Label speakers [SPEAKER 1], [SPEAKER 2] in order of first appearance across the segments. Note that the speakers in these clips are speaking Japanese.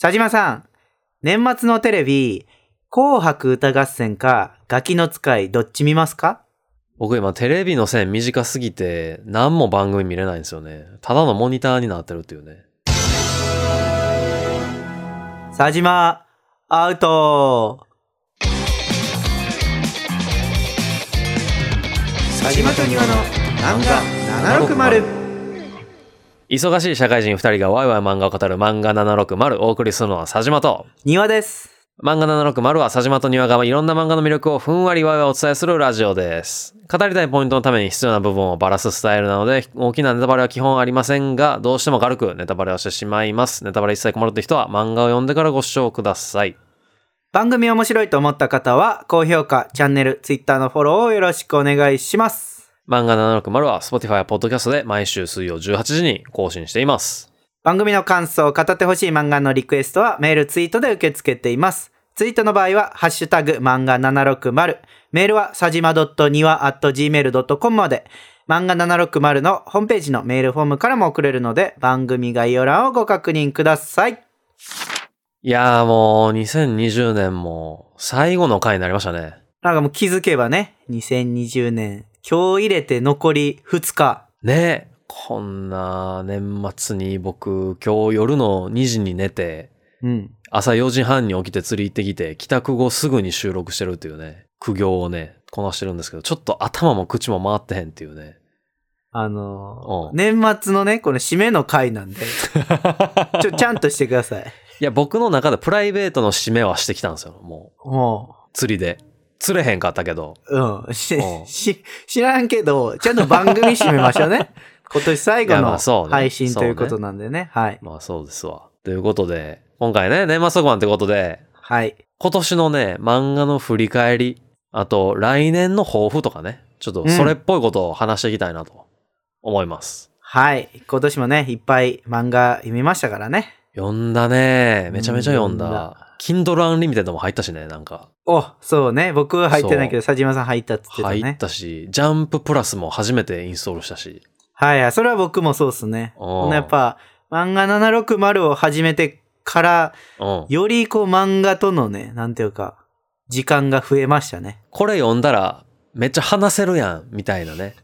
[SPEAKER 1] 佐島さん、年末のテレビ、紅白歌合戦か、ガキの使い、どっち見ますか
[SPEAKER 2] 僕今テレビの線短すぎて何も番組見れないんですよね。ただのモニターになってるっていうね。
[SPEAKER 1] 佐島、アウト佐島と庭の漫画760
[SPEAKER 2] 忙しい社会人2人がワイワイ漫画を語る漫画760お送りするのは佐島と。
[SPEAKER 1] 庭です。
[SPEAKER 2] 漫画760は佐島と庭がいろんな漫画の魅力をふんわりわいわいお伝えするラジオです。語りたいポイントのために必要な部分をバラすスタイルなので、大きなネタバレは基本ありませんが、どうしても軽くネタバレをしてしまいます。ネタバレ一切困るって人は漫画を読んでからご視聴ください。
[SPEAKER 1] 番組面白いと思った方は、高評価、チャンネル、ツイッターのフォローをよろしくお願いします。
[SPEAKER 2] 漫画760は Spotify や Podcast で毎週水曜18時に更新しています。
[SPEAKER 1] 番組の感想、語ってほしい漫画のリクエストはメール、ツイートで受け付けています。ツイートの場合は、ハッシュタグ、漫画760。メールは、さじま .niwa.gmail.com まで。漫画760のホームページのメールフォームからも送れるので、番組概要欄をご確認ください。
[SPEAKER 2] いやーもう2020年も最後の回になりましたね。
[SPEAKER 1] なんかもう気づけばね、2020年、今日入れて残り2日。
[SPEAKER 2] ねえ、こんな年末に僕今日夜の2時に寝て、
[SPEAKER 1] うん。
[SPEAKER 2] 朝4時半に起きて釣り行ってきて、帰宅後すぐに収録してるっていうね、苦行をね、こなしてるんですけど、ちょっと頭も口も回ってへんっていうね。
[SPEAKER 1] あのー
[SPEAKER 2] う
[SPEAKER 1] 年末のね、この締めの回 なんで、ちょ、ちゃんとしてください。
[SPEAKER 2] いや、僕の中でプライベートの締めはしてきたんですよ、も
[SPEAKER 1] も
[SPEAKER 2] う。釣りで。釣れへんかったけど。
[SPEAKER 1] う、うん、し
[SPEAKER 2] うん、
[SPEAKER 1] し、知らんけど、ちゃんと番組締めましょう ね。今年最後
[SPEAKER 2] いやま
[SPEAKER 1] の
[SPEAKER 2] あそうね
[SPEAKER 1] 配信というこ
[SPEAKER 2] そ
[SPEAKER 1] となんでね。はい。
[SPEAKER 2] まあそうですわ。ということで、今回ね、年末特番ってことで、
[SPEAKER 1] はい。
[SPEAKER 2] 今年のね、漫画の振り返り、あと来年の抱負とかね、ちょっとそれっぽいことを話していきたいなと思います。
[SPEAKER 1] はい。今年もね、いっぱい漫画読みましたからね。
[SPEAKER 2] 読んだね。めちゃめちゃ読ん
[SPEAKER 1] うん
[SPEAKER 2] だ
[SPEAKER 1] だ。
[SPEAKER 2] Kindle Unlimited も入ったしね、なんか。
[SPEAKER 1] お、そうね。僕は入ってないけど、佐島さん入ったって言ってた
[SPEAKER 2] 入っ
[SPEAKER 1] ね。
[SPEAKER 2] たし、ジャンププラスも初めてインストールしたし。
[SPEAKER 1] はいはい。それは僕もそうっすね。
[SPEAKER 2] うん
[SPEAKER 1] このやっぱ、漫画760を始めてから、
[SPEAKER 2] うん。
[SPEAKER 1] よりこう漫画とのね、なんていうか、時間が増えましたね。
[SPEAKER 2] これ読んだら、めっちゃ話せるやん、みたいなね。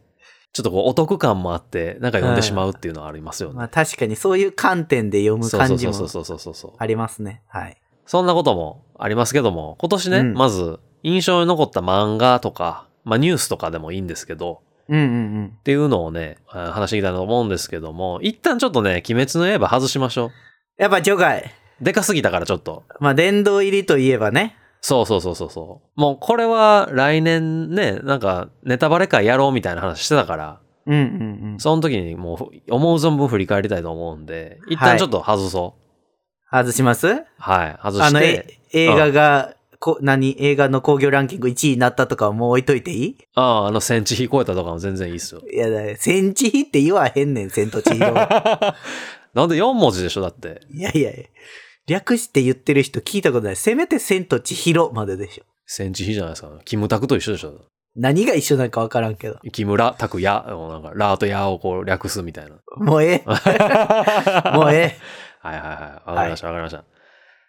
[SPEAKER 2] ちょっとこう、お得感もあって、なんか読んでしまうっていうのはありますよ
[SPEAKER 1] ま
[SPEAKER 2] ね。
[SPEAKER 1] あ確かにそういう観点で読む
[SPEAKER 2] そうそ
[SPEAKER 1] 感
[SPEAKER 2] う
[SPEAKER 1] じ
[SPEAKER 2] そう
[SPEAKER 1] も
[SPEAKER 2] そうそうそうそう。
[SPEAKER 1] ありますね。はい。
[SPEAKER 2] そんなこともありますけども、今年ね、
[SPEAKER 1] うん
[SPEAKER 2] まず印象に残った漫画とか、まあニュースとかでもいいんですけど、
[SPEAKER 1] うんうんうん
[SPEAKER 2] っ。ていうのをね、あ話していきたいなと思うんですけども、一旦ちょっとね、鬼滅の刃外しましょ
[SPEAKER 1] やっぱ除外。
[SPEAKER 2] う。でかすぎたからちょっと。
[SPEAKER 1] まあ殿堂入りといえばね。
[SPEAKER 2] そうそうそうそうそう。もうこれは来年ね、なんかネタバレ会やろうみたいな話してたから、
[SPEAKER 1] うんうんうん。
[SPEAKER 2] その時にもう思う存分振り返りたいと思うんで、一
[SPEAKER 1] は
[SPEAKER 2] 旦
[SPEAKER 1] い
[SPEAKER 2] ちょっと外そう。
[SPEAKER 1] 外します
[SPEAKER 2] はい、外
[SPEAKER 1] あ
[SPEAKER 2] し
[SPEAKER 1] の、
[SPEAKER 2] て。
[SPEAKER 1] え映画が、こ何映画の興行ランキング1位になったとかはもう置いといていい
[SPEAKER 2] ああ、あの、センチ引超えたとかも全然いいっすよ。
[SPEAKER 1] いやだ、千地比って言わへんねん、千と千尋 は。
[SPEAKER 2] なんで4文字でしょだって。
[SPEAKER 1] いやいやいや。略して言ってる人聞いたことない。せめて千と千尋まででしょ。
[SPEAKER 2] センチ比じゃないですか。キムタクと一緒でしょ。
[SPEAKER 1] 何が一緒なんかわからんけど。
[SPEAKER 2] 木村拓哉、なんか、ラーとヤをこう略すみたいな。
[SPEAKER 1] もう ええ。もうええ。
[SPEAKER 2] はいはいはい。わかりましたわ、かりました。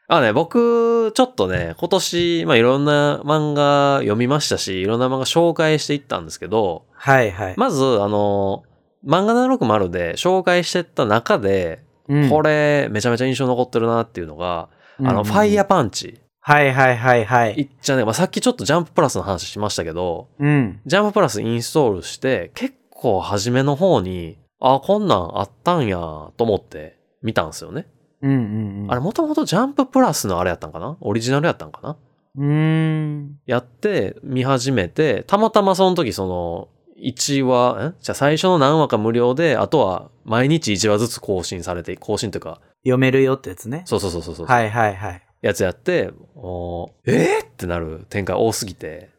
[SPEAKER 2] あのね、僕、ちょっとね、今年、まあいろんな漫画読みましたし、いろんな漫画紹介していったんですけど、
[SPEAKER 1] はいはい。
[SPEAKER 2] まず、あの、漫画760で紹介してった中で、
[SPEAKER 1] うん
[SPEAKER 2] これ、めちゃめちゃ印象残ってるなっていうのが、あの、ファイヤ
[SPEAKER 1] ー。
[SPEAKER 2] ーパンチ。
[SPEAKER 1] はいはいはいはい。
[SPEAKER 2] いっちゃね、まあさっきちょっとジャンププラスの話しましたけど、
[SPEAKER 1] うん。
[SPEAKER 2] ジャンププラスインストールして、結構初めの方に、あ、こんなんあったんや、と思って見たんですよね。
[SPEAKER 1] うんうんうん。
[SPEAKER 2] あれ、もともとジャンププラスのあれやったんかなオリジナルやったんかな
[SPEAKER 1] うーん。
[SPEAKER 2] やって、見始めて、たまたまその時その、1話、んじゃあ最初の何話か無料で、あとは毎日1話ずつ更新されて、更新というか、
[SPEAKER 1] 読めるよってやつね。
[SPEAKER 2] そうそうそうそうそう、
[SPEAKER 1] はいはいはい。
[SPEAKER 2] やつやって、おーえー、ってなる展開多すぎて、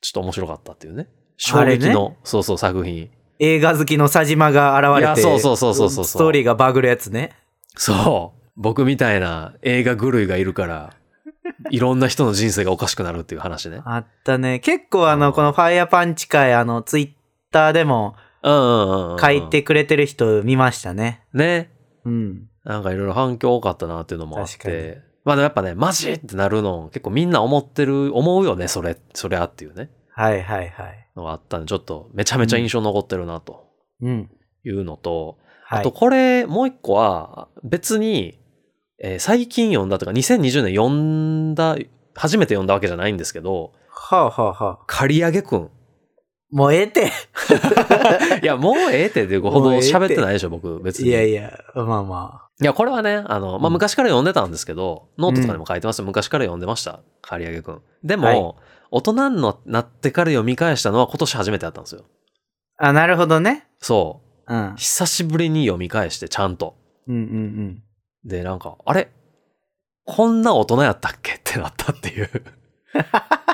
[SPEAKER 2] ちょっと面白かったっていうね。衝
[SPEAKER 1] あれね
[SPEAKER 2] 撃の、そうそう作品。
[SPEAKER 1] 映画好きの佐島が現れて。
[SPEAKER 2] いやそうそうそうそうそう
[SPEAKER 1] ストーリーがバグるやつね。
[SPEAKER 2] そう。僕みたいな映画狂いがいる から、いろんな人の人生がおかしくなるっていう話ね。
[SPEAKER 1] あったね。結構あ
[SPEAKER 2] うん
[SPEAKER 1] の、このファイヤーパンチ会、あの、ツイッターでも
[SPEAKER 2] うんうんうんうん。
[SPEAKER 1] 書いてくれてる人見ましたね。
[SPEAKER 2] ね。
[SPEAKER 1] うん。
[SPEAKER 2] なんかいろいろ反響多かったなっていうのもあっ
[SPEAKER 1] 確かに
[SPEAKER 2] て。まあでもやっぱね、マジってなるの、結構みんな思ってる、思うよね、それ、そりゃっていうね、
[SPEAKER 1] はいはいはい。
[SPEAKER 2] のがあったんで、ちょっとめちゃめちゃ印象残ってるなと
[SPEAKER 1] うん。
[SPEAKER 2] いうのと、
[SPEAKER 1] はい、
[SPEAKER 2] あとこれ、もう一個は、別に、えー最近読んだとか、2020年読んだ、初めて読んだわけじゃないんですけど、
[SPEAKER 1] はあはあはあ。
[SPEAKER 2] 刈り上げくん。
[SPEAKER 1] もうええって。
[SPEAKER 2] いや、もうええってでほど喋ってないでしょ、僕、別に。
[SPEAKER 1] いやいや、まあま
[SPEAKER 2] いや、これはね、あの、
[SPEAKER 1] う
[SPEAKER 2] まあ、
[SPEAKER 1] ん
[SPEAKER 2] 昔から読んでたんですけど、ノートとかにも書いてます。昔から読んでました。刈り上げくん。でも、
[SPEAKER 1] はい
[SPEAKER 2] 大人になってから読み返したのは今年初めてだったんですよ。
[SPEAKER 1] あ。あ、なるほどね。
[SPEAKER 2] そ
[SPEAKER 1] うん
[SPEAKER 2] う。。久しぶりに読み返して、ちゃんと。
[SPEAKER 1] うんうん
[SPEAKER 2] で、なんか、あれこんな大人やったっけってなったっ ていう。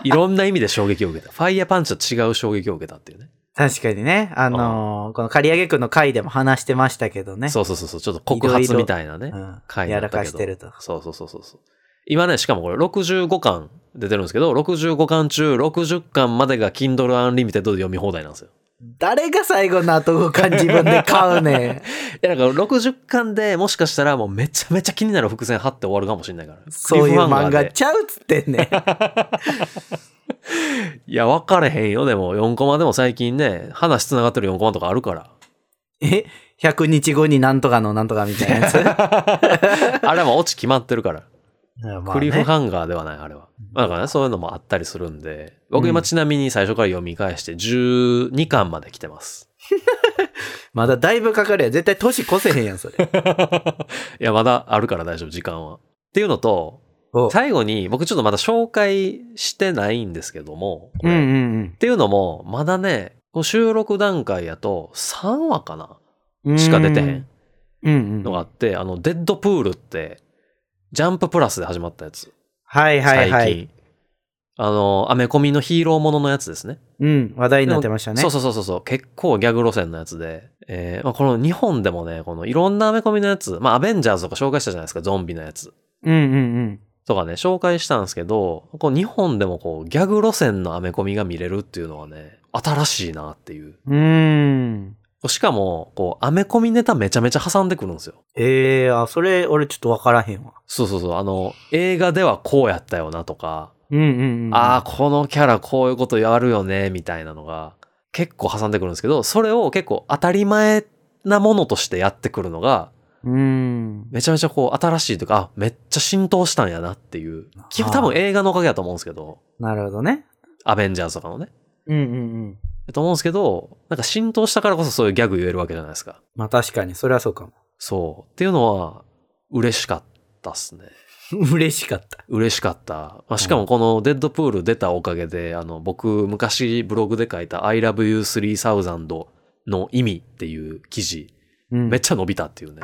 [SPEAKER 2] いろんな意味で衝撃を受けた。ファイヤーパンチと違う衝撃を受けたっていうね。
[SPEAKER 1] 確かにね。あのーこの刈り上げくんの回でも話してましたけどね。
[SPEAKER 2] そうそうそうそう。ちょっと告発みたいなね。
[SPEAKER 1] うん。
[SPEAKER 2] 回だ
[SPEAKER 1] や
[SPEAKER 2] った
[SPEAKER 1] ら
[SPEAKER 2] けど
[SPEAKER 1] かしてると。
[SPEAKER 2] そうそうそうそうそう。今ね、しかもこれ65巻出てるんですけど、65巻中60巻までが Kindle Unlimited で読み放題なんですよ。
[SPEAKER 1] 誰が最後の後五感自分で買う ねん。
[SPEAKER 2] いや、だから60巻でもしかしたらもうめちゃめちゃ気になる伏線張って終わるかもしれないから。
[SPEAKER 1] そういう漫
[SPEAKER 2] ク
[SPEAKER 1] 画
[SPEAKER 2] リフハンガーで
[SPEAKER 1] ちゃうっつってんねん。
[SPEAKER 2] いや、分かれへんよ。でも4コマでも最近ね、話繋がってる4コマとかあるから。
[SPEAKER 1] え ?100 日後になんとかのなんとかみたいなや つ
[SPEAKER 2] あれはもうオチ決まってるから。クリフ
[SPEAKER 1] ン
[SPEAKER 2] ハンガーではない、あれは。まあだからね、そういうのもあったりするんで。僕今ちなみに最初から読み返して12巻まで来てます。
[SPEAKER 1] まだだいぶかかるやん。絶対年越せへんやん、そ れ。
[SPEAKER 2] いや、まだあるから大丈夫、時間は。っていうのと、
[SPEAKER 1] お
[SPEAKER 2] 最後に、僕ちょっとまだ紹介してないんですけども、こ
[SPEAKER 1] うん
[SPEAKER 2] れ
[SPEAKER 1] うん
[SPEAKER 2] っ
[SPEAKER 1] うん
[SPEAKER 2] ていうのも、まだね、こう収録段階やと3話かな
[SPEAKER 1] うん。
[SPEAKER 2] しか出てへん
[SPEAKER 1] うんうん。
[SPEAKER 2] のがあって、あの、デッドプールって、ジャンププラスで始まったやつ。
[SPEAKER 1] はいはいは
[SPEAKER 2] 最
[SPEAKER 1] い。
[SPEAKER 2] 近。あの、アメコミのヒーローもののやつですね。
[SPEAKER 1] うん、話題になってましたね。
[SPEAKER 2] そうそうそうそうそう。結構ギャグ路線のやつで。えーまあ、この日本でもね、このいろんなアメコミのやつ、まあ、アベンジャーズとか紹介したじゃないですか、ゾンビのやつ。
[SPEAKER 1] うんうんうん。
[SPEAKER 2] とかね、紹介したんですけど、こう日本でもこうギャグ路線のアメコミが見れるっていうのはね、新しいなっていう。
[SPEAKER 1] うーん。
[SPEAKER 2] しかも、こうアメコミネタめちゃめちゃ挟んでくるんですよ。
[SPEAKER 1] ええあ、それ、俺ちょっとわからへんわ。
[SPEAKER 2] そうそうそう、あの、映画ではこうやったよなとか、
[SPEAKER 1] うんうんうん。
[SPEAKER 2] ああ、このキャラこういうことやるよね、みたいなのが結構挟んでくるんですけど、それを結構当たり前なものとしてやってくるのが、
[SPEAKER 1] うーん。
[SPEAKER 2] めちゃめちゃこう新しいというか、あ、めっちゃ浸透したんやなっていう。き
[SPEAKER 1] はあ
[SPEAKER 2] 多分映画のおかげだと思うんですけど、
[SPEAKER 1] なるほどね。
[SPEAKER 2] アベンジャーズとかのね。
[SPEAKER 1] うんうんうん。
[SPEAKER 2] と思うんですけど、なんか浸透したからこそそういうギャグ言えるわけじゃないですか。
[SPEAKER 1] まあ確かに、それはそうかも。
[SPEAKER 2] そう。っていうのは、嬉しかったっすね。
[SPEAKER 1] 嬉しかった。
[SPEAKER 2] 嬉しかった。まあ、しかもこのデッドプール出たおかげで、あの、僕、昔ブログで書いた I love you 3000の意味っていう記事、
[SPEAKER 1] うん。
[SPEAKER 2] めっちゃ伸びたっていうね。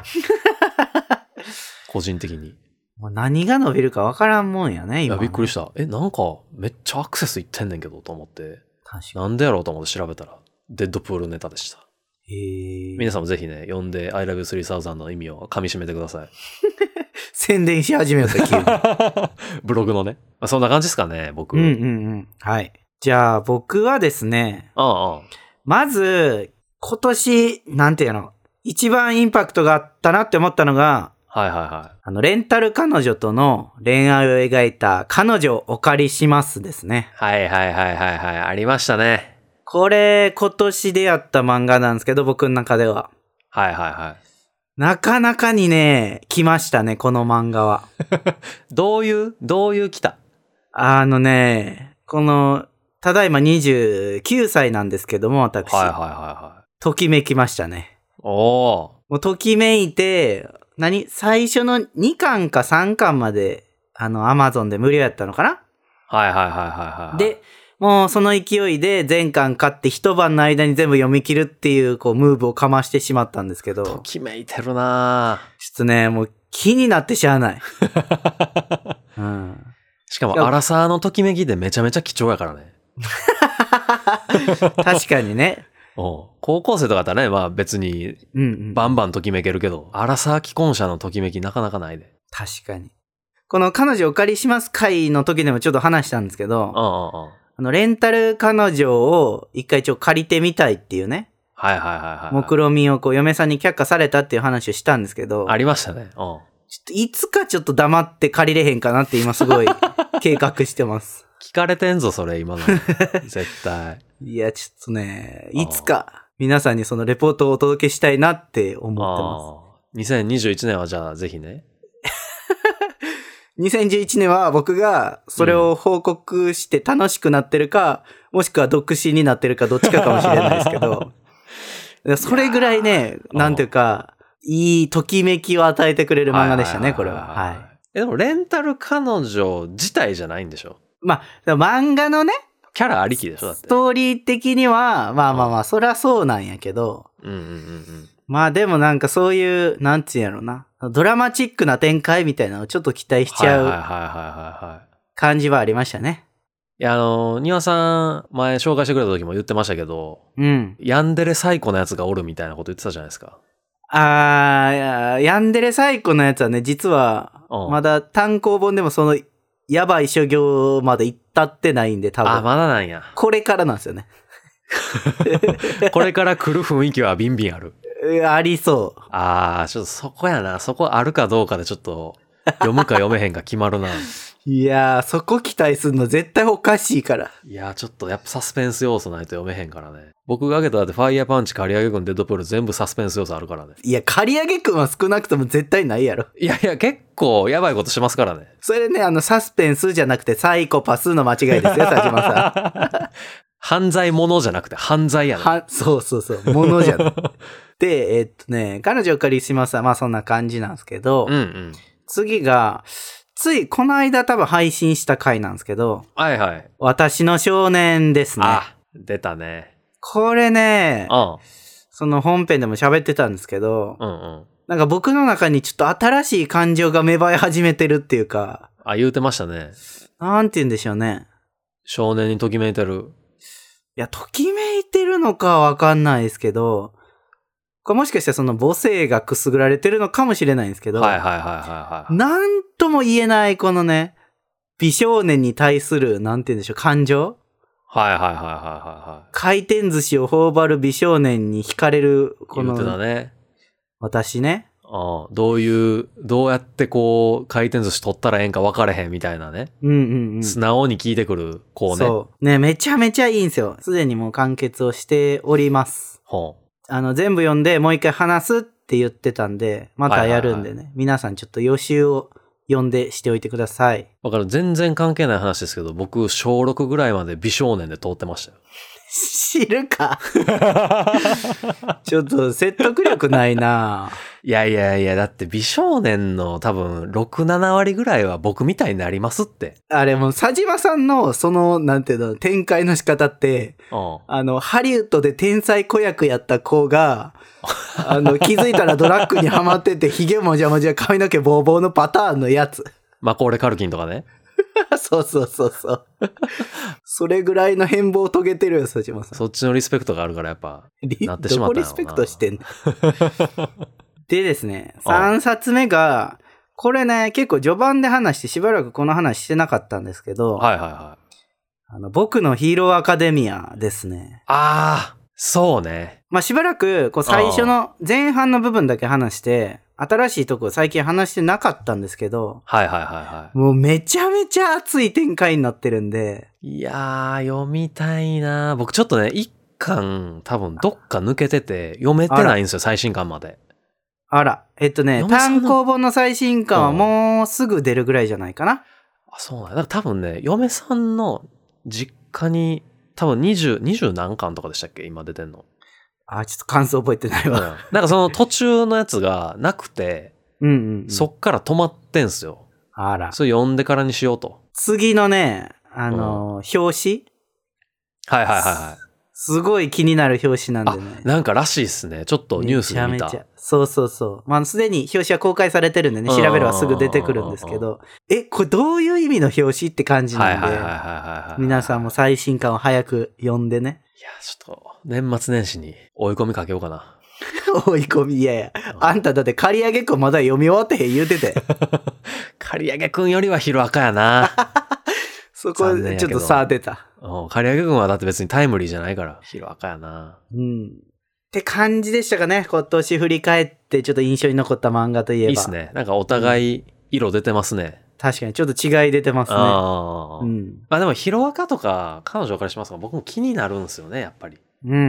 [SPEAKER 2] 個人的に。
[SPEAKER 1] もう何が伸びるかわからんもんやね、
[SPEAKER 2] い
[SPEAKER 1] 今
[SPEAKER 2] や、
[SPEAKER 1] の。
[SPEAKER 2] びっくりした。え、なんか、めっちゃアクセスいってんねんけど、と思って。
[SPEAKER 1] 確か
[SPEAKER 2] なんでやろうと思って調べたら、デッドプールネタでした。
[SPEAKER 1] に。へえ
[SPEAKER 2] 皆さんもぜひね、読んで I love you 3000の意味を噛み締めてください。
[SPEAKER 1] 宣伝し始めた気分。
[SPEAKER 2] ブログのね。まあそんな感じですかね、僕。
[SPEAKER 1] うんうんうん。はい。じゃあ僕はですね、
[SPEAKER 2] ああ、ああ
[SPEAKER 1] まず、今年、なんていうの、一番インパクトがあったなって思ったのが、
[SPEAKER 2] はいはいは
[SPEAKER 1] あの、レンタル彼女との恋愛を描いた彼女をお借りしますですね。
[SPEAKER 2] い。はいはいはいはいはい。ありましたね。
[SPEAKER 1] これ、今年出会った漫画なんですけど、僕の中では。
[SPEAKER 2] はいはいは
[SPEAKER 1] なかなかにね、来ましたね、この漫画は。
[SPEAKER 2] い。どういう、どういう来た
[SPEAKER 1] あのね、この、ただいま29歳なんですけども、私、
[SPEAKER 2] はいはいはいはい。
[SPEAKER 1] ときめきましたね。
[SPEAKER 2] おお
[SPEAKER 1] もうときめいて、何最初の2巻か3巻まで、あの、アマゾンで無料やったのかな
[SPEAKER 2] ー。はいはいはいはいはい。、
[SPEAKER 1] で、もうその勢いで全巻買って一晩の間に全部読み切るっていう、こう、ムーブをかましてしまったんですけど、ちょ
[SPEAKER 2] と
[SPEAKER 1] っ
[SPEAKER 2] きめいてるなぁ
[SPEAKER 1] とね、もう気になってしゃあない。うん。
[SPEAKER 2] しかも、アラサーのときめきでめちゃめちゃ貴重やからね。
[SPEAKER 1] 確かにね。
[SPEAKER 2] おう高校生とかだったらね、まあ別に
[SPEAKER 1] うん、うん。
[SPEAKER 2] バンバンときめけるけど、アラサー既婚者のときめきなかなかないで。
[SPEAKER 1] 確かに。この彼女お借りします会の時でもちょっと話したんですけ
[SPEAKER 2] うんう
[SPEAKER 1] ど、
[SPEAKER 2] んうん。
[SPEAKER 1] あの、レンタル彼女を一回ちょっと借りてみたいっていうね、
[SPEAKER 2] はいはいはいはい。
[SPEAKER 1] 目論見みをこう嫁さんに却下されたっていう話をしたんですけど、
[SPEAKER 2] ありましたね。うん。
[SPEAKER 1] ちょっといつかちょっと黙って借りれへんかなって今す ごい計画してます。
[SPEAKER 2] 聞かれてんぞ、それ、今 の。絶対。
[SPEAKER 1] いや、ちょっとね、
[SPEAKER 2] あー
[SPEAKER 1] いつか皆さんにそのレポートをお届けしたいなって思ってます。
[SPEAKER 2] あー2021年はじゃあ、ぜひね。
[SPEAKER 1] 2011年は僕がそれを報告して楽しくなってるか、もしくは独身になってるかどっちかかもしれないですけ ど、それぐらいね、
[SPEAKER 2] ー
[SPEAKER 1] なんていうか、いいときめきを与えてくれる漫画でしたね、こ
[SPEAKER 2] い
[SPEAKER 1] れは。
[SPEAKER 2] い
[SPEAKER 1] はい
[SPEAKER 2] い。え、でも、レンタル彼女自体じゃないんでしょ
[SPEAKER 1] だから漫画のね、
[SPEAKER 2] キャラありきでしょだっ
[SPEAKER 1] ス
[SPEAKER 2] て。
[SPEAKER 1] トーリー的には、まあまあまあ、そりゃそうなんやけど、
[SPEAKER 2] うんうんうん
[SPEAKER 1] まあでもなんかそういう、なんていうんやろな、ドラマチックな展開みたいなのをちょっと期待
[SPEAKER 2] うん。
[SPEAKER 1] しちゃ
[SPEAKER 2] はいはいうはいはいはいはい。
[SPEAKER 1] 感じはありましたね。
[SPEAKER 2] いや、あの、庭さん、前紹介してくれた時も言ってましたけど、
[SPEAKER 1] うん。
[SPEAKER 2] ヤンデレ最古のやつがおるみたいなこと言ってたじゃないですか。
[SPEAKER 1] あー、ヤンデレサイコのやつはね、実は、
[SPEAKER 2] うん
[SPEAKER 1] まだ単行本でもその、やばい所業まで行ったってないんで、多
[SPEAKER 2] あ、
[SPEAKER 1] 分。
[SPEAKER 2] まだなんや。
[SPEAKER 1] これからなんですよね。
[SPEAKER 2] これから来る雰囲気はビンビンある。
[SPEAKER 1] うありそう。
[SPEAKER 2] ああ、ちょっとそこやな。そこあるかどうかでちょっと、読むか読めへんか決まるな。
[SPEAKER 1] いやー、そこ期待すんの絶対おかしいから。
[SPEAKER 2] いやー、ちょっとやっぱサスペンス要素ないと読めへんからね。僕が挙げただって、ファイヤーパンチ、刈り上げ軍、デッドプール、全部サスペンス要素あるからね。
[SPEAKER 1] いや、刈り上げくんは少なくとも絶対ないやろ。
[SPEAKER 2] いやいや、結構やばいことしますからね。
[SPEAKER 1] それね、あの、サスペンスじゃなくてサイコパスの間違いですよ、佐島さん。
[SPEAKER 2] 犯罪者じゃなくて犯罪や ね。
[SPEAKER 1] は、そうそうそう、ものじゃない。 で、えっとね、彼女を借りしますは、まあそんな感じなんですけど、
[SPEAKER 2] うんうん。
[SPEAKER 1] 次が、ついこの間多分配信した回なんですけど、
[SPEAKER 2] はいはい。
[SPEAKER 1] 私の少年ですね。
[SPEAKER 2] あ、出たね。
[SPEAKER 1] これね
[SPEAKER 2] う、ん。
[SPEAKER 1] その本編でも喋ってたんですけど、
[SPEAKER 2] うんうん。
[SPEAKER 1] なんか僕の中にちょっと新しい感情が芽生え始めてるっていうか、
[SPEAKER 2] あ、言うてましたね。
[SPEAKER 1] なんて言うんでしょうね。
[SPEAKER 2] 少年にときめいてる。
[SPEAKER 1] いや、ときめいてるのかはわかんないですけど、これもしかしたらその母性がくすぐられてるのかもしれないんですけど、
[SPEAKER 2] はいはいはいはいはい。
[SPEAKER 1] なんとも言えないこのね、美少年に対する、なんて言うんでしょう、感情
[SPEAKER 2] はいはいはいはいは
[SPEAKER 1] 回転寿司を頬張る美少年に惹かれる、
[SPEAKER 2] い。
[SPEAKER 1] こ
[SPEAKER 2] 言うてた
[SPEAKER 1] の、
[SPEAKER 2] ね。
[SPEAKER 1] 私ね。
[SPEAKER 2] うん。どういう、どうやってこう、回転寿司取ったらええんか分かれへんみたいなね。
[SPEAKER 1] うんうんうん。
[SPEAKER 2] 素直に聞いてくる子ね。
[SPEAKER 1] そう。ね、めちゃめちゃいいんですよ。すでにもう完結をしております。
[SPEAKER 2] ほ
[SPEAKER 1] あの、全部読んで、もう一回話すって言ってたんで、またやるんでね。
[SPEAKER 2] はい
[SPEAKER 1] 皆さんちょっと予習を読んでしておいてください。
[SPEAKER 2] う。わかる。全然関係ない話ですけど、僕、小6ぐらいまで美少年で通ってましたよ。
[SPEAKER 1] 知るかちょっと説得力ないない
[SPEAKER 2] やいやいや、だって美少年の多分、6、7割ぐらいは僕みたいになりますって。
[SPEAKER 1] あれもう、佐島さんの、その、なんていうの、展開の仕方って、
[SPEAKER 2] うん。
[SPEAKER 1] あの、ハリウッドで天才子役やった子が、あの、気づいたらドラッグにはまってて、髭もじゃもじゃ髪の毛ボーボーのパターンのやつ。
[SPEAKER 2] マコーレ・カルキンとかね。
[SPEAKER 1] そうそうそうそう。それぐらいの変貌を遂げてるよ、佐島さん。
[SPEAKER 2] そっちのリスペクトがあるから、やっぱ。
[SPEAKER 1] リ
[SPEAKER 2] なってしまったんや
[SPEAKER 1] どこリスペ
[SPEAKER 2] ろうな
[SPEAKER 1] クトしてんの でですね、
[SPEAKER 2] ああ
[SPEAKER 1] 3冊目が、これね、結構序盤で話してしばらくこの話してなかったんですけど、
[SPEAKER 2] はいはいはい。
[SPEAKER 1] あの僕のヒーローアカデミアですね。
[SPEAKER 2] ああ、そうね。
[SPEAKER 1] まあ、しばらく、こう最初の前半の部分だけ話して、新しいとこ最近話してなかったんですけど、
[SPEAKER 2] はいはいはいは
[SPEAKER 1] もうめちゃめちゃ熱い展開になってるんで、
[SPEAKER 2] い。いやー、読みたいなー僕ちょっとね、一巻多分どっか抜けてて、読めてないんですよ、最新巻まで。
[SPEAKER 1] あら、えっとね、
[SPEAKER 2] 嫁さんの
[SPEAKER 1] 単行本の最新刊はもうすぐ出るぐらいじゃないかな。
[SPEAKER 2] あ、そうなんだ。だから多分ね、嫁さんの実家に、多分20、20何巻とかでしたっけ今出てん の。
[SPEAKER 1] あ、ちょっと感想覚えてない
[SPEAKER 2] うん。
[SPEAKER 1] わ。
[SPEAKER 2] なんかその途中のやつがなくて、
[SPEAKER 1] うんうん、うん。
[SPEAKER 2] そっから止まってんすよ。
[SPEAKER 1] あら。
[SPEAKER 2] それ読んでからにしようと。
[SPEAKER 1] 次のね、あのー表紙
[SPEAKER 2] はいはいはいはい。
[SPEAKER 1] すごい気になる表紙なん
[SPEAKER 2] あ
[SPEAKER 1] でね、。
[SPEAKER 2] なんからしいっすね。ちょっとニュースで見
[SPEAKER 1] めちゃ
[SPEAKER 2] た。
[SPEAKER 1] めちゃ。そうそうそう。まあ、すでに表紙は公開されてるんでね、調べればすぐ出てくるんですけ
[SPEAKER 2] うんうん
[SPEAKER 1] ど、え、これどういう意味の表紙って感じ
[SPEAKER 2] は
[SPEAKER 1] な
[SPEAKER 2] い
[SPEAKER 1] ん
[SPEAKER 2] はいはいは
[SPEAKER 1] で、
[SPEAKER 2] いはいはい。
[SPEAKER 1] 皆さん
[SPEAKER 2] も。
[SPEAKER 1] も最新刊を早く読んでね。
[SPEAKER 2] いや、ちょっと、年末年始に追い込みかけようかな。
[SPEAKER 1] 追い込み、いやいや。あんただって借り上げっ子まだ読み終わってへん言うてて。
[SPEAKER 2] 刈り上げくんよりはヒロアカやな。
[SPEAKER 1] そこ、
[SPEAKER 2] 残念や
[SPEAKER 1] ち
[SPEAKER 2] け
[SPEAKER 1] ょっ
[SPEAKER 2] ど
[SPEAKER 1] と差出た。
[SPEAKER 2] うん刈り上げくんはだって別にタイムリーじゃないから、ヒロアカやな。
[SPEAKER 1] うん。って感じでしたかね。今年振り返ってちょっと印象に残った漫画といえば。
[SPEAKER 2] いいっすね。なんかお互い色出てますね。
[SPEAKER 1] 確かにちょっと違い出てますね。
[SPEAKER 2] ああ、
[SPEAKER 1] うん。
[SPEAKER 2] まあでも、ヒロアカとか、彼女からしますが、僕も気になるんですよね、やっぱり。
[SPEAKER 1] うんう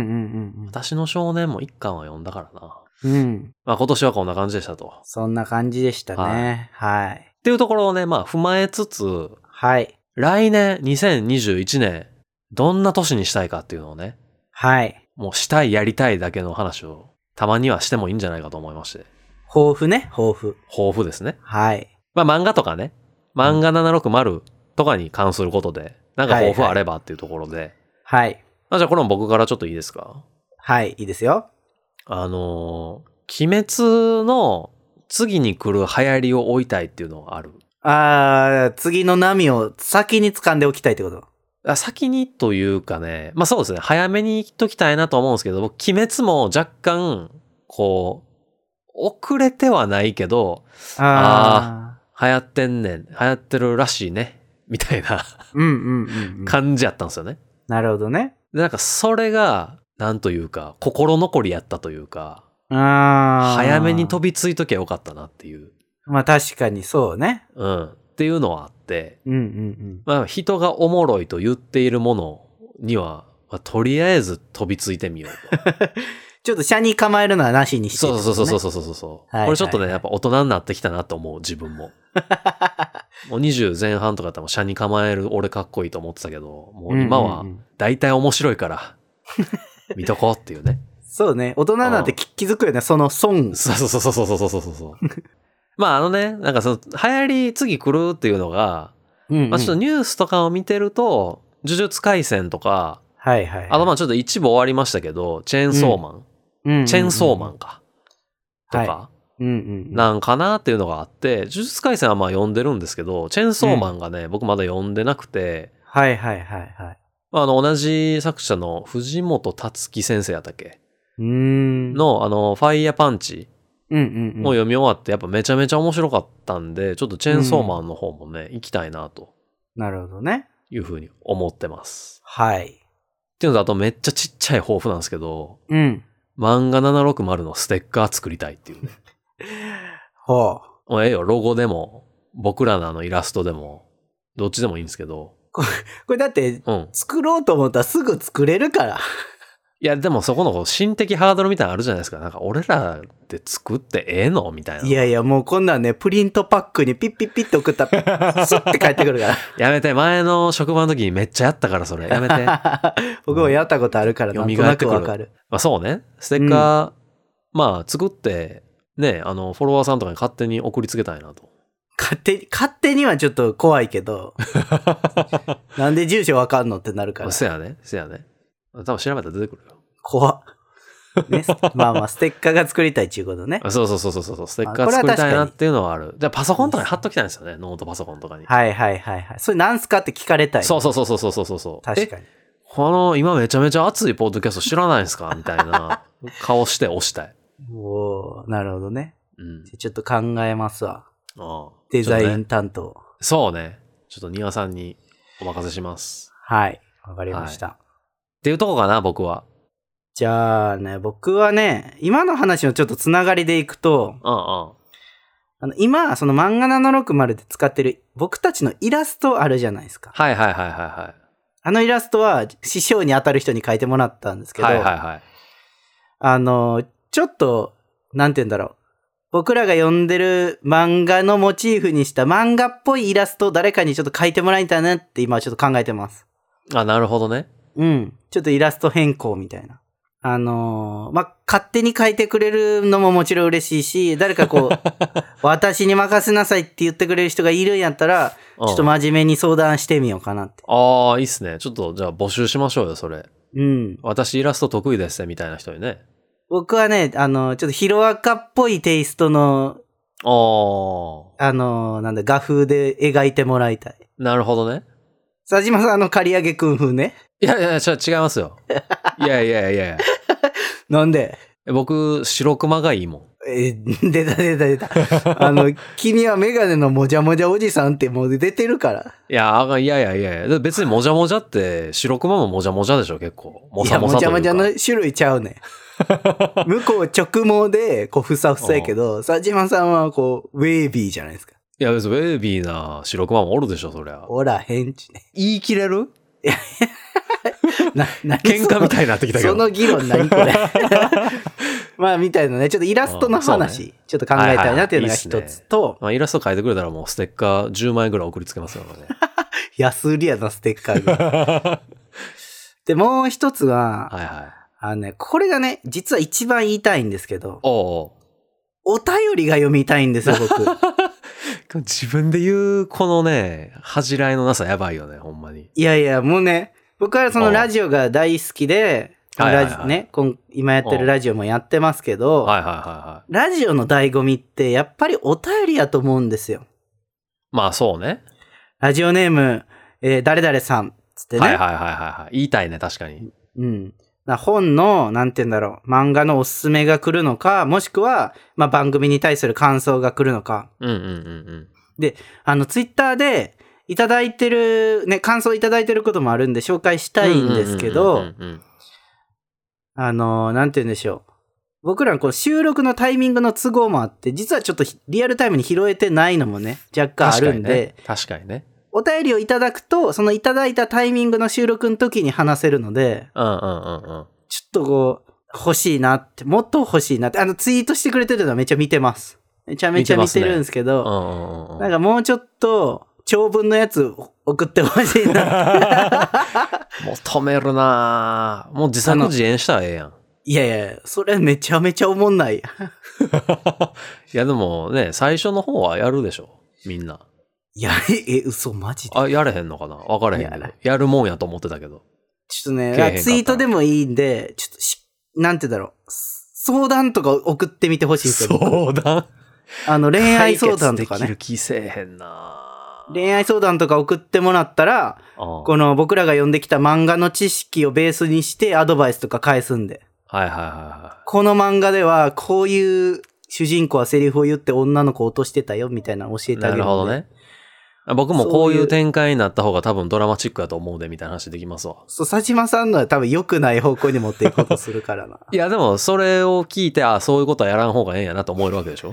[SPEAKER 1] ん
[SPEAKER 2] 私の少年も一巻は読んだからな。
[SPEAKER 1] うんうん。うん。
[SPEAKER 2] まあ今年はこんな感じでしたと。っ
[SPEAKER 1] そんな感じでしたね。はい。
[SPEAKER 2] ていうところをね、まあ踏まえつつ、
[SPEAKER 1] はい。
[SPEAKER 2] 来年2021年、どんな年にしたいかっていうのをね、
[SPEAKER 1] はい。
[SPEAKER 2] もうしたいやりたいだけの話を、たまにはしてもいいんじゃないかと思いまして、
[SPEAKER 1] 抱負ね、抱負。
[SPEAKER 2] 抱負ですね。
[SPEAKER 1] はい。
[SPEAKER 2] まあ漫画とかね、漫画760とかに関することで、なんか抱負あればっていうところで、
[SPEAKER 1] はい。
[SPEAKER 2] あじゃあこれも僕からちょっといいですか
[SPEAKER 1] はい。いいですよ。
[SPEAKER 2] あのー鬼滅の次に来る流行りを追いたいっていうのがある。
[SPEAKER 1] あー、次の波を先に掴んでおきたいってこと。
[SPEAKER 2] あ先にというかね、まあそうですね、早めに行っときたいなと思うんですけど、僕、鬼滅も若干、こう、遅れてはないけど、あ流行ってんねん、流行ってるらしいね、みたいな
[SPEAKER 1] ー。うんうんうん、うん。
[SPEAKER 2] 感じやったんですよね。
[SPEAKER 1] なるほどね。
[SPEAKER 2] で、なんかそれが、なんというか、心残りやったというか、
[SPEAKER 1] あー。
[SPEAKER 2] 早めに飛びついときゃよかったなっていう、
[SPEAKER 1] まあ確かにそうね。
[SPEAKER 2] うん、っていうのはあって、
[SPEAKER 1] うんうん
[SPEAKER 2] まあ人がおもろいと言っているものには、まあとりあえず飛びついてみようと。
[SPEAKER 1] うん。ちょっと車に構えるのはなしにして、
[SPEAKER 2] そうそうそうそう
[SPEAKER 1] う。
[SPEAKER 2] そうそうそう。
[SPEAKER 1] はい
[SPEAKER 2] これちょっと
[SPEAKER 1] はい
[SPEAKER 2] ね、やっぱ大人になってきたなと思う、自分 も。もう20前半とかだったらもう車に構える俺かっこいいと思ってたけど、もう今は
[SPEAKER 1] うんうんうん
[SPEAKER 2] 大体面白いから、見とこうっていうね。
[SPEAKER 1] そうね。大人になってき気づくよね。その損。
[SPEAKER 2] そうそうそうそうそうそうそうそう。まああのね、なんかその流行り次来るっていうのが、
[SPEAKER 1] うん、うん
[SPEAKER 2] まあちょっとニュースとかを見てると、呪術廻戦とか、
[SPEAKER 1] はいはい。
[SPEAKER 2] あとまあちょっと一部終わりましたけど、チェーンソーマン、
[SPEAKER 1] うんうんうん
[SPEAKER 2] チェーンソーマンか、とか、
[SPEAKER 1] はうんうん。
[SPEAKER 2] なんかなっていうのがあって、呪術廻戦はまあ読んでるんですけど、チェーンソーマンがね、僕まだ読んでなくて、
[SPEAKER 1] はいはいはいはい。
[SPEAKER 2] まああの、同じ作者の藤本達樹先生やったっけ
[SPEAKER 1] うーん。、
[SPEAKER 2] の、あの、ファイヤーパンチ
[SPEAKER 1] うんうん、うん。
[SPEAKER 2] も読み終わって、やっぱめちゃめちゃ面白かったんで、ちょっとチェーンソーマンの方もね、行きたいなと
[SPEAKER 1] なるほどね。
[SPEAKER 2] いうふうに思ってます。
[SPEAKER 1] はい。
[SPEAKER 2] っていうのと、あとめっちゃちっちゃい抱負なんですけど、
[SPEAKER 1] うん。
[SPEAKER 2] 漫画760のステッカー作りたいっていうね。
[SPEAKER 1] ほう。
[SPEAKER 2] もうええよ、ロゴでも、僕らのあのイラストでも、どっちでもいいんですけど、
[SPEAKER 1] これだって、
[SPEAKER 2] うん。
[SPEAKER 1] 作ろうと思ったらすぐ作れるから。
[SPEAKER 2] いや、でもそこのこう心的ハードルみたいなのあるじゃないですか。なんか、俺らで作ってええのみたいな。
[SPEAKER 1] いやいや、もうこんなんね、プリントパックにピッピッピッと送った ら、スッて返ってくるか
[SPEAKER 2] やめて、前の職場の時にめっちゃやったから、それ。やめて。ま
[SPEAKER 1] ら。 僕もやったことあるから、なんとなくわかる。
[SPEAKER 2] あそうね。ステッカー、まあ、作って、ね、あの、フォロワーさんとかに勝手に送りつけたいなと。
[SPEAKER 1] 勝手に、勝手にはちょっと怖いけ ど。なんで住所わかんのってなるから。
[SPEAKER 2] せやね、せやね。多分調べたら出てくるよ。
[SPEAKER 1] 怖っね、 まあまあ、ステッカーが作りたいっていうことね。
[SPEAKER 2] あそうそうそうそうそうそう、ステッ
[SPEAKER 1] あ
[SPEAKER 2] カ
[SPEAKER 1] こ
[SPEAKER 2] ー
[SPEAKER 1] れは
[SPEAKER 2] 作りたい
[SPEAKER 1] 確か
[SPEAKER 2] な
[SPEAKER 1] に
[SPEAKER 2] っていうのはある。じゃあ、パソコンとかに貼っときたいんですよね。ノートパソコンとかに。
[SPEAKER 1] はいはいはいはい。それなんすかって聞かれたい。
[SPEAKER 2] そうそうそうそうそうそうそう。
[SPEAKER 1] 確
[SPEAKER 2] え
[SPEAKER 1] かに。
[SPEAKER 2] この今めちゃめちゃ熱いポッドキャスト知らないんすかみたいな顔して押したい。
[SPEAKER 1] おおなるほどね。
[SPEAKER 2] うん。
[SPEAKER 1] ちょっと考えますわ。
[SPEAKER 2] ああ
[SPEAKER 1] デザ
[SPEAKER 2] ち
[SPEAKER 1] イ
[SPEAKER 2] ょっと
[SPEAKER 1] ン
[SPEAKER 2] ね
[SPEAKER 1] 担当。
[SPEAKER 2] そうね。ちょっと庭さんにお任せします。
[SPEAKER 1] はい。わかりました。
[SPEAKER 2] っていうとこかな、僕は。
[SPEAKER 1] じゃあね、僕はね、今の話のちょっとつながりでいくと、
[SPEAKER 2] うん
[SPEAKER 1] あ
[SPEAKER 2] うん。
[SPEAKER 1] の今、その漫画760で使ってる僕たちのイラストあるじゃないですか。
[SPEAKER 2] はいはいはいはいは
[SPEAKER 1] あのイラストは師匠に当たる人に書いてもらったんです
[SPEAKER 2] い。
[SPEAKER 1] けど、
[SPEAKER 2] はいはいはい。
[SPEAKER 1] あの、ちょっと、なんて言うんだろう。僕らが読んでる漫画のモチーフにした漫画っぽいイラストを誰かにちょっと書いてもらいたいなって今ちょっと考えてます。
[SPEAKER 2] あ、なるほどね。
[SPEAKER 1] うん。ちょっとイラスト変更みたいな。あのーまあ、勝手に書いてくれるのももちろん嬉しいし、誰かこ う、私に任せなさいって言ってくれる人がいるんやったら、
[SPEAKER 2] うん
[SPEAKER 1] ちょっと真面目に相談してみようかなって。
[SPEAKER 2] ああ、いいっすね。ちょっとじゃあ募集しましょうよ、それ。
[SPEAKER 1] うん。
[SPEAKER 2] 私イラスト得意ですね、みたいな人にね。
[SPEAKER 1] 僕はね、あの、ちょっとヒロアカっぽいテイストの、
[SPEAKER 2] ああ、
[SPEAKER 1] あのーなんだ、画風で描いてもらいたい。
[SPEAKER 2] なるほどね。
[SPEAKER 1] 佐島さん、あの、刈り上げくん風ね。
[SPEAKER 2] いやいや、ちょ違いま すよ。いやいやいやいや。
[SPEAKER 1] なんで
[SPEAKER 2] 僕、白熊がいいもん。
[SPEAKER 1] えー出た出た出 た。あの、君はメガネのもじゃもじゃおじさんってもう出てるから。
[SPEAKER 2] いや、あがいやいやいやいやだって別にもじゃもじゃって、白熊ももじゃもじゃでしょ、結構。も
[SPEAKER 1] い
[SPEAKER 2] さ
[SPEAKER 1] や、
[SPEAKER 2] も
[SPEAKER 1] も
[SPEAKER 2] さ
[SPEAKER 1] じゃ
[SPEAKER 2] というか。
[SPEAKER 1] もじゃの種類ちゃうねん。向こう直毛で、こう、ふさふさやけど、佐島さんはこう、ウェービーじゃないですか。
[SPEAKER 2] いや、別にウェービーな白熊もおるでしょ、そりゃ。
[SPEAKER 1] おら、へんちね。
[SPEAKER 2] 言い切れる
[SPEAKER 1] な、な
[SPEAKER 2] 喧嘩みたいになってきたけど。
[SPEAKER 1] その議論何こ れ。まあ、みたいなね、ちょっとイラストの
[SPEAKER 2] うん
[SPEAKER 1] 話、
[SPEAKER 2] そう
[SPEAKER 1] ちょっと考えたいなっていうのが
[SPEAKER 2] はいはい
[SPEAKER 1] 一
[SPEAKER 2] はいいいっ
[SPEAKER 1] つ
[SPEAKER 2] すね
[SPEAKER 1] と、
[SPEAKER 2] まあ、イラスト描いてくれたらもうステッカー10枚ぐらい送りつけますよね。
[SPEAKER 1] 安売りやな、ステッカーが。
[SPEAKER 2] は
[SPEAKER 1] で、もう一つ
[SPEAKER 2] い
[SPEAKER 1] は、
[SPEAKER 2] はい。
[SPEAKER 1] あのね、これがね、実は一番言いたいんですけど、
[SPEAKER 2] おうお
[SPEAKER 1] お便りが読みたいんですよ、 僕。
[SPEAKER 2] う自分で言うこのね、恥じらいのなさやばいよね、ほんまに。
[SPEAKER 1] いやいや、もうね、僕はそのラジオが大好きで、
[SPEAKER 2] お
[SPEAKER 1] ラ
[SPEAKER 2] うはいはい
[SPEAKER 1] ジ
[SPEAKER 2] はい
[SPEAKER 1] ね、今今やってるラジオもやってますけど、
[SPEAKER 2] はいはいはいはい。
[SPEAKER 1] ラジオの醍醐味ってやっぱりお便りやと思うんですよ。
[SPEAKER 2] まあそうね。
[SPEAKER 1] ラジオネーム、えー誰々さん、つってね。
[SPEAKER 2] はいはいはいはいはい。言いたいね、確かに。
[SPEAKER 1] うん。だから本の、なんて言うんだろう、漫画のおすすめが来るのか、もしくは、まあ、番組に対する感想が来るのか。
[SPEAKER 2] うんうんうん
[SPEAKER 1] あの、ツイッターで、いただいてる、ね、感想いただいてることもあるんで、紹介した
[SPEAKER 2] うん。
[SPEAKER 1] いんですけ
[SPEAKER 2] うんう
[SPEAKER 1] ど
[SPEAKER 2] ん、うんうんうん
[SPEAKER 1] あの、なんて言うんでしょう。僕らこう収録のタイミングの都合もあって、実はちょっとひリアルタイムに拾えてないのもね、若干あるんで、
[SPEAKER 2] 確かにね。
[SPEAKER 1] お便りをいただくと、そのいただいたタイミングの収録の時に話せるので、
[SPEAKER 2] 確かにねうんうんうんうん。
[SPEAKER 1] ちょっとこう、欲しいなって、もっと欲しいなって、あの、ツイートしてくれてるのはめっちゃ見てます。めちゃめちゃ見てるんですけ
[SPEAKER 2] う
[SPEAKER 1] ど、
[SPEAKER 2] んうんうんうん。
[SPEAKER 1] なんかもうちょっと、長文のやつ送ってほしいな。
[SPEAKER 2] 求めるなぁもう自作自演したらええやん。
[SPEAKER 1] いやいや、それめちゃめちゃおもんない。
[SPEAKER 2] いやでもね、最初の方はやるでしょ。みんな。
[SPEAKER 1] いや、え、え嘘、マジで。
[SPEAKER 2] あ、やれへんのかなわからへん
[SPEAKER 1] や
[SPEAKER 2] けど
[SPEAKER 1] ら。
[SPEAKER 2] やるもんやと思ってたけど。
[SPEAKER 1] ちょっと
[SPEAKER 2] けえへんかっ
[SPEAKER 1] ね、
[SPEAKER 2] た
[SPEAKER 1] ツイートでもいいんで、ちょっとし、なんて言うんだろう。相談とか送ってみてほしいんですよ。僕
[SPEAKER 2] 相談
[SPEAKER 1] あの、恋愛相談とか
[SPEAKER 2] 解決でき
[SPEAKER 1] ね
[SPEAKER 2] る。気せえへんなぁ
[SPEAKER 1] 恋愛相談とか送ってもらったら、
[SPEAKER 2] うん
[SPEAKER 1] この僕らが読んできた漫画の知識をベースにしてアドバイスとか返すんで。
[SPEAKER 2] はいはいはいはい。
[SPEAKER 1] この漫画ではこういう主人公はセリフを言って女の子を落としてたよみたいなの教えてあげる
[SPEAKER 2] な
[SPEAKER 1] んで。
[SPEAKER 2] るほどね。僕もこ
[SPEAKER 1] そう
[SPEAKER 2] う
[SPEAKER 1] いう
[SPEAKER 2] いう展開になった方が多分ドラマチックやと思うでみたいな話できますわ。
[SPEAKER 1] そう、佐島さんのは多分良くない方向に持っていこうとするから な。
[SPEAKER 2] いやでもそれを聞いて、あそういうことはやらん方がええんやなと思えるわけでしょ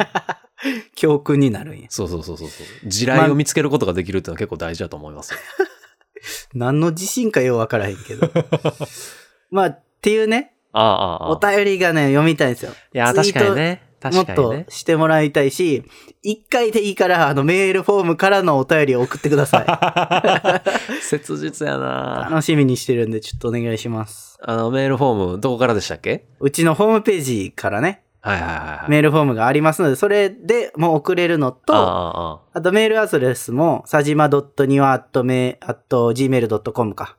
[SPEAKER 1] 教訓になるんや。
[SPEAKER 2] そうそうそうそうそう。地雷を見つけることができるっていうのは結構大事だと思いますよ。
[SPEAKER 1] 何の自信かようわからへんけ ど。まあ、っていうね、
[SPEAKER 2] ああああ
[SPEAKER 1] お
[SPEAKER 2] ああ。
[SPEAKER 1] 便りがね、読みたいんですよ。
[SPEAKER 2] いや、
[SPEAKER 1] ツイー
[SPEAKER 2] 確
[SPEAKER 1] ト
[SPEAKER 2] かにね。
[SPEAKER 1] も
[SPEAKER 2] 確
[SPEAKER 1] っ
[SPEAKER 2] かに
[SPEAKER 1] と
[SPEAKER 2] ね。
[SPEAKER 1] してもらいたいし、一回でいいから、あの、メールフォームからのお便りを送ってください。
[SPEAKER 2] 切実やな
[SPEAKER 1] 楽しみにしてるんで、ちょっとお願いします。
[SPEAKER 2] あの、メールフォーム、どこからでしたっけ
[SPEAKER 1] うちのホームページからね、
[SPEAKER 2] はいはいはいはい。
[SPEAKER 1] メールフォームがありますので、それでもう送れるのと、
[SPEAKER 2] ああ
[SPEAKER 1] あ
[SPEAKER 2] あああ
[SPEAKER 1] とメールアドレスも、さじま .niwa.gmail.com か、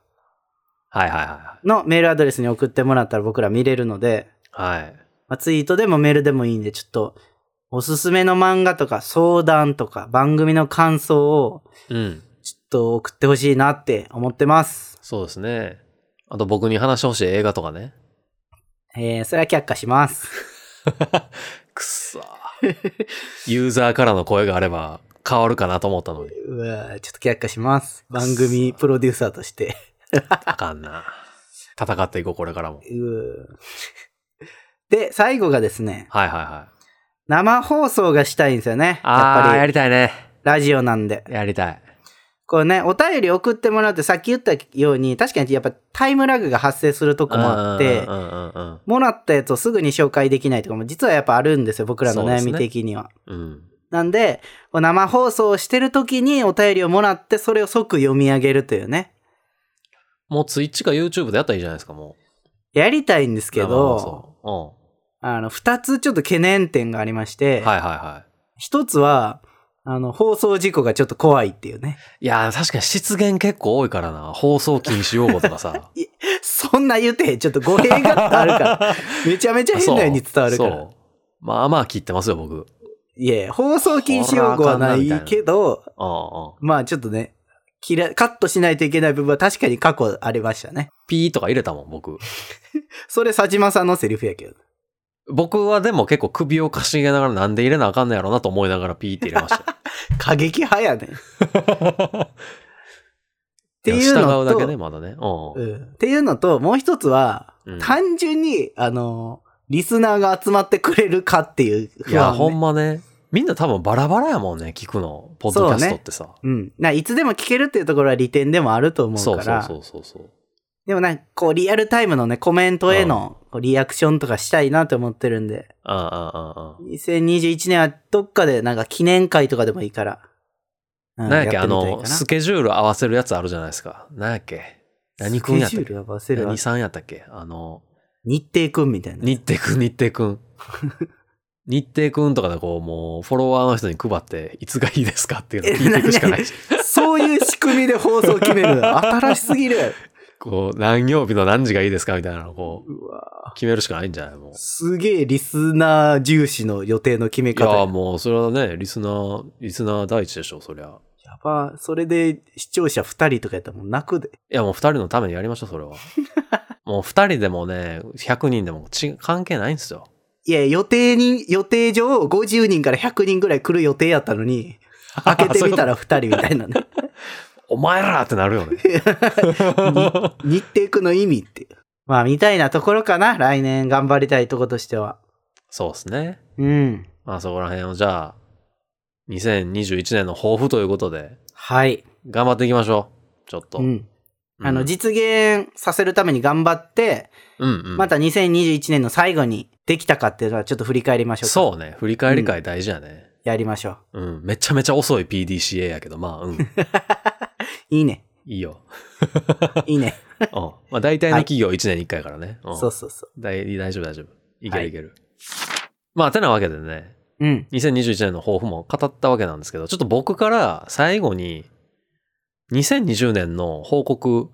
[SPEAKER 2] あはいはいは
[SPEAKER 1] のメールアドレスに送ってもらったら僕ら見れるので、
[SPEAKER 2] いはい。はい。
[SPEAKER 1] まあ、ツイートでもメールでもいいんで、ちょっと、おすすめの漫画とか相談とか番組の感想を
[SPEAKER 2] うん。
[SPEAKER 1] ちょっと送ってほしいなって思ってます。
[SPEAKER 2] そうですね。あと僕に話してほしい映画とかね。
[SPEAKER 1] えー、それは却下します。
[SPEAKER 2] くっそーユーザーからの声があれば変わるかなと思ったのに。
[SPEAKER 1] うわーちょっと却下します。 番組プロデューサーとして。
[SPEAKER 2] あかんな。戦っていこう、これからも。
[SPEAKER 1] うーで、最後がですね、
[SPEAKER 2] はいはいはい。
[SPEAKER 1] 生放送がしたいんですよね。やっ
[SPEAKER 2] ああ、や
[SPEAKER 1] ぱり、
[SPEAKER 2] りたいね。
[SPEAKER 1] ラジオなんで。
[SPEAKER 2] やりたい。
[SPEAKER 1] こうね、お便り送ってもらうってさっき言ったように、確かにやっぱタイムラグが発生するとこもあって
[SPEAKER 2] う、んうんうん
[SPEAKER 1] もらったやつをすぐに紹介できないとかも実はやっぱあるんですよ、僕らの
[SPEAKER 2] そうで
[SPEAKER 1] 悩
[SPEAKER 2] すね
[SPEAKER 1] み的には。
[SPEAKER 2] うん。うん。
[SPEAKER 1] なんで、こう生放送をしてる時にお便りをもらって、それを即読み上げるというね。
[SPEAKER 2] もう Twitch か YouTube でやったらいいじゃないですか、もう。
[SPEAKER 1] やりたいんですけ
[SPEAKER 2] 生放
[SPEAKER 1] ど、
[SPEAKER 2] 送
[SPEAKER 1] あの、二つちょっと懸念点がありまし
[SPEAKER 2] う
[SPEAKER 1] て
[SPEAKER 2] ん。、はいはいは
[SPEAKER 1] 一つは、あの、放送事故がちょっと怖いっていう ね。
[SPEAKER 2] い。いやー、確かに失言結構多いからな。放送禁止用語とかさ。
[SPEAKER 1] そんな言うてへん、ちょっと語弊 がある から。めちゃめちゃ変なように伝わるか
[SPEAKER 2] そう
[SPEAKER 1] ら。
[SPEAKER 2] そうまあまあ切ってますよ、僕。うんうん
[SPEAKER 1] いや、放送禁止用語はないけど、まあちょっとね、きらカットしないといけない部分は確かに過去ありましたね。
[SPEAKER 2] ピーとか入れたもん、僕。
[SPEAKER 1] それ佐島さんのセリフやけど。
[SPEAKER 2] 僕はでも結構首をかしげながらなんで入れなあかんのやろうなと思いながらピーって入れました。
[SPEAKER 1] 過激派やねん。っ
[SPEAKER 2] って
[SPEAKER 1] いう
[SPEAKER 2] 従
[SPEAKER 1] の
[SPEAKER 2] うだ
[SPEAKER 1] と、
[SPEAKER 2] けね、まだね。うん。
[SPEAKER 1] うんっていうのと、もう一つは、
[SPEAKER 2] うん
[SPEAKER 1] 単純に、あの、リスナーが集まってくれるかっていう
[SPEAKER 2] い
[SPEAKER 1] 不
[SPEAKER 2] や、
[SPEAKER 1] 安ね、
[SPEAKER 2] ほんまね。みんな多分バラバラやもんね、聞くの。ポッドキャストってさ。
[SPEAKER 1] うん。ないつでも聞けるっていうところは利点でもあると思う
[SPEAKER 2] そう,、
[SPEAKER 1] から。
[SPEAKER 2] そうそうそうそう。
[SPEAKER 1] でもなんかこうリアルタイムのね、コメントへのこうリアクションとかしたいなと思ってるんで、
[SPEAKER 2] あああああ
[SPEAKER 1] 2021年はどっかでなんか記念会とかでもいいから。う
[SPEAKER 2] あ。
[SPEAKER 1] ん
[SPEAKER 2] なんやっけ、
[SPEAKER 1] て
[SPEAKER 2] あ
[SPEAKER 1] みたいか
[SPEAKER 2] の、
[SPEAKER 1] な
[SPEAKER 2] スケジュール合わせるやつあるじゃないですか。なんやっけ。何くんやっ
[SPEAKER 1] スケジュ
[SPEAKER 2] たっ
[SPEAKER 1] ー
[SPEAKER 2] け
[SPEAKER 1] ル合わせるわ
[SPEAKER 2] 何さんやったっけあの、
[SPEAKER 1] 日程くんみたいな。
[SPEAKER 2] 日程くん、日程く ん。日程くんとかでこう、もう、フォロワーの人に配って、いつがいいですかっていうのを聞いていくしかないし。
[SPEAKER 1] そういう仕組みで放送決める の。新しすぎる。
[SPEAKER 2] こう、何曜日の何時がいいですかみたいなのをこう、
[SPEAKER 1] うわ
[SPEAKER 2] 決めるしかないんじゃないもう。
[SPEAKER 1] すげえリスナー重視の予定の決め
[SPEAKER 2] いや、
[SPEAKER 1] 方。
[SPEAKER 2] もう、それはね、リスナー、リスナー第一でしょ、そりゃ。
[SPEAKER 1] やば。それで視聴者2人とかやったらもう泣くで。
[SPEAKER 2] いや、もう二人のためにやりましょう、そ れは。もう二人でもね、100人でもち関係ないんですよ。
[SPEAKER 1] いや、予定に、予定上50人から100人ぐらい来る予定やったのに、開けてみ たら2人みたいなね。
[SPEAKER 2] お前らってなる よね。
[SPEAKER 1] 日程くの意味っていう。まあ、みたいなところかな。来年頑張りたいとことしては。
[SPEAKER 2] そうですね。
[SPEAKER 1] うん。
[SPEAKER 2] まあそこら辺をじゃあ、2021年の抱負ということで、
[SPEAKER 1] はい。
[SPEAKER 2] 頑張っていきましょう。ちょっと。
[SPEAKER 1] うん。あ
[SPEAKER 2] う
[SPEAKER 1] の、
[SPEAKER 2] ん
[SPEAKER 1] 実現させるために頑張って、
[SPEAKER 2] うんうん
[SPEAKER 1] また2021年の最後にできたかっていうのはちょっと振り返りましょうか。
[SPEAKER 2] そうね。振り返り会大事やね。
[SPEAKER 1] やりましょう。
[SPEAKER 2] うん。めちゃめちゃ遅い PDCA やけど、ま あ、うん。
[SPEAKER 1] いいね。
[SPEAKER 2] いいよ。
[SPEAKER 1] いい ね。
[SPEAKER 2] うん。まあ、大体の企業1年に1回からね。うん
[SPEAKER 1] そうそうそう。
[SPEAKER 2] 大大丈夫、大丈夫。いけ
[SPEAKER 1] は
[SPEAKER 2] る
[SPEAKER 1] い
[SPEAKER 2] いける。まあ、てなわけでね、
[SPEAKER 1] うん。
[SPEAKER 2] 2021年の抱負も語ったわけなんですけど、ちょっと僕から最後に、2020年の報告、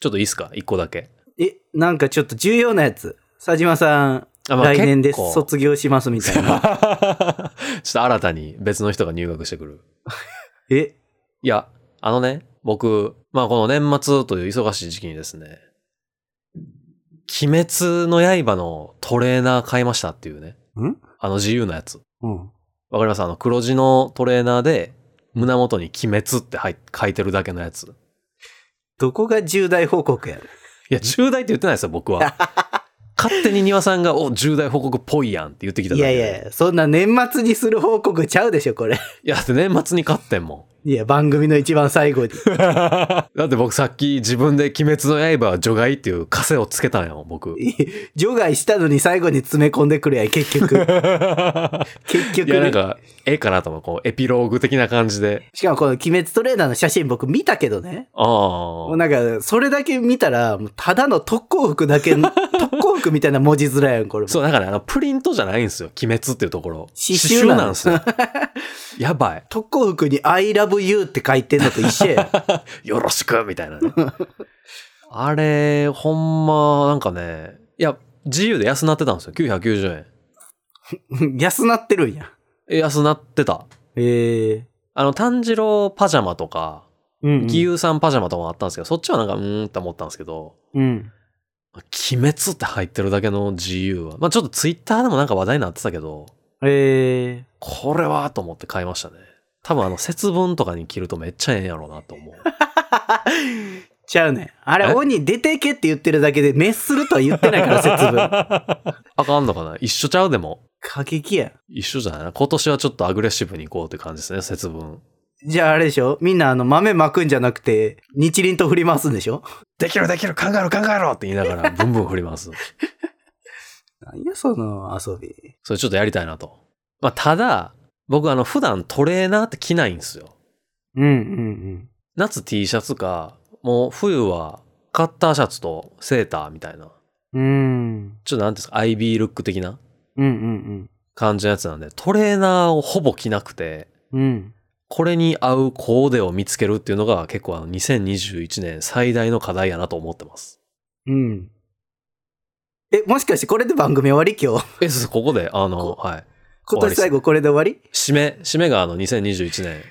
[SPEAKER 2] ちょっといいっすか一個だけ。
[SPEAKER 1] え、なんかちょっと重要なやつ。佐島さん、
[SPEAKER 2] あ
[SPEAKER 1] 来年で
[SPEAKER 2] 結構
[SPEAKER 1] 卒業しますみた
[SPEAKER 2] ちょ
[SPEAKER 1] い
[SPEAKER 2] っ
[SPEAKER 1] な。
[SPEAKER 2] と新たに別の人が入学してくる。
[SPEAKER 1] え、
[SPEAKER 2] いや、あのね、僕、まあこの年末という忙しい時期にですね、鬼滅の刃のトレーナー買いましたっていうね。
[SPEAKER 1] ん
[SPEAKER 2] あの自由なやつ。
[SPEAKER 1] うん。
[SPEAKER 2] わかりますあの黒字のトレーナーで、胸元に鬼滅って入っ書いてるだけのやつ。い
[SPEAKER 1] どこが重大報告やねん
[SPEAKER 2] や、重大って言ってないですよ、僕は。勝手に庭さんが、お、重大報告っぽいやんって言ってきただ
[SPEAKER 1] い
[SPEAKER 2] け
[SPEAKER 1] や
[SPEAKER 2] で。
[SPEAKER 1] いやいや、そんな年末にする報告ちゃうでしょ、これ。
[SPEAKER 2] いや、だって年末に勝ってんもん。
[SPEAKER 1] いや、番組の一番最後に。
[SPEAKER 2] だって僕さっき自分で「鬼滅の刃」は除外っていう枷をつけたんやも ん僕い
[SPEAKER 1] 除外したのに最後に詰め込んでくるやん、結 局。結局
[SPEAKER 2] やなん
[SPEAKER 1] ね。
[SPEAKER 2] かええかなと思うこうエピローグ的な感じで
[SPEAKER 1] しかもこの鬼滅トレーナーの写真僕見たけどね。
[SPEAKER 2] あ
[SPEAKER 1] もう
[SPEAKER 2] あ
[SPEAKER 1] なんか、それだけ見たら、もうただの特攻服だ けの、特攻服みたいな文字面やん、これも。
[SPEAKER 2] そうだからあのプリントじゃないんですよ「鬼滅」っていうところ
[SPEAKER 1] 刺繍なん
[SPEAKER 2] ですよ やばい
[SPEAKER 1] 特攻服に I love you って書いてんのと一緒やん。
[SPEAKER 2] よろしくみたいな ねあれほんまなんかねいや自由で安なってたんですよ990円
[SPEAKER 1] 安なってるんや。
[SPEAKER 2] え安なってた
[SPEAKER 1] ええ
[SPEAKER 2] あの炭治郎パジャマとか
[SPEAKER 1] うん、うん。
[SPEAKER 2] 義勇さんパジャマとかもあったんですけど、そっちはなんか、うーんって思ったんですけど、
[SPEAKER 1] うん。
[SPEAKER 2] 鬼滅って入ってるだけの GU は、まあちょっとツイッターでもなんか話題になってたけど、
[SPEAKER 1] ええ
[SPEAKER 2] これはと思って買いましたね。多分あの節分とかに着るとめっちゃええんやろうなと思う。
[SPEAKER 1] ちゃうねん。あれ、
[SPEAKER 2] え
[SPEAKER 1] 鬼出てけって言ってるだけで、滅するとは言ってないから、節 分。
[SPEAKER 2] あかんのかな一緒ちゃうでも。
[SPEAKER 1] 過激やん。
[SPEAKER 2] 一緒じゃないな。今年はちょっとアグレッシブに行こうって感じですね、節分。
[SPEAKER 1] じゃああれでしょみんなあの豆まくんじゃなくて、日輪と振り回すんでしょ
[SPEAKER 2] できるできる考えろ考えろって言いながら ブンブン振ります。
[SPEAKER 1] 何やその遊び。
[SPEAKER 2] それちょっとやりたいなと。まあただ、僕あの普段トレーナーって着ないんですよ。
[SPEAKER 1] うんうん
[SPEAKER 2] 夏 T シャツか、もう冬はカッターシャツとセーターみたいな、
[SPEAKER 1] うん。うん。
[SPEAKER 2] ちょっとなんていうんですか、IB ルック的な
[SPEAKER 1] うんうん
[SPEAKER 2] 感じのやつなんで、トレーナーをほぼ着なくて、
[SPEAKER 1] うん。うん。
[SPEAKER 2] これに合うコーデを見つけるっていうのが結構あの2021年最大の課題やなと思ってます。
[SPEAKER 1] うん。え、もしかしてこれで番組終わり今日。
[SPEAKER 2] え、そうここで、あの、はい。
[SPEAKER 1] 今年最後これで終わり
[SPEAKER 2] 締め、締めがあの2021年、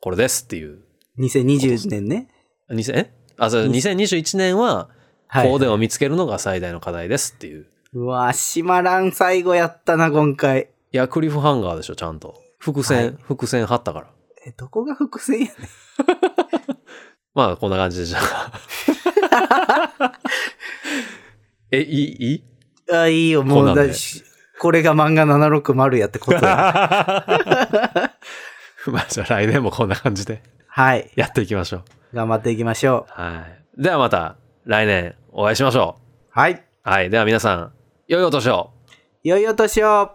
[SPEAKER 2] これですっていう。
[SPEAKER 1] ?2020 年ね。
[SPEAKER 2] 2000えあ、そう2021年はコ
[SPEAKER 1] はい。
[SPEAKER 2] ーデを見つけるのが最大の課題ですっていう。
[SPEAKER 1] うわぁ、閉まらん最後やったな、今回。
[SPEAKER 2] いや、クリフハンガーでしょ、ちゃんと。伏線、
[SPEAKER 1] はい
[SPEAKER 2] 伏線張ったから。
[SPEAKER 1] え、どこが伏線やねん。
[SPEAKER 2] まあ、 こんな感じでじゃあ。え、いいいい
[SPEAKER 1] あ、いいよ、
[SPEAKER 2] こ
[SPEAKER 1] も
[SPEAKER 2] ん
[SPEAKER 1] う
[SPEAKER 2] なん
[SPEAKER 1] だ
[SPEAKER 2] で
[SPEAKER 1] しこれが漫画760やってこと だ
[SPEAKER 2] まあじゃあ来年もこんな感じで
[SPEAKER 1] はい。
[SPEAKER 2] やっていきましょう。
[SPEAKER 1] 頑張っていきましょ
[SPEAKER 2] はい。ではまた来年お会いしましょ
[SPEAKER 1] う。はい。
[SPEAKER 2] う。はい。では皆さん、良いお年を。
[SPEAKER 1] 良いお年を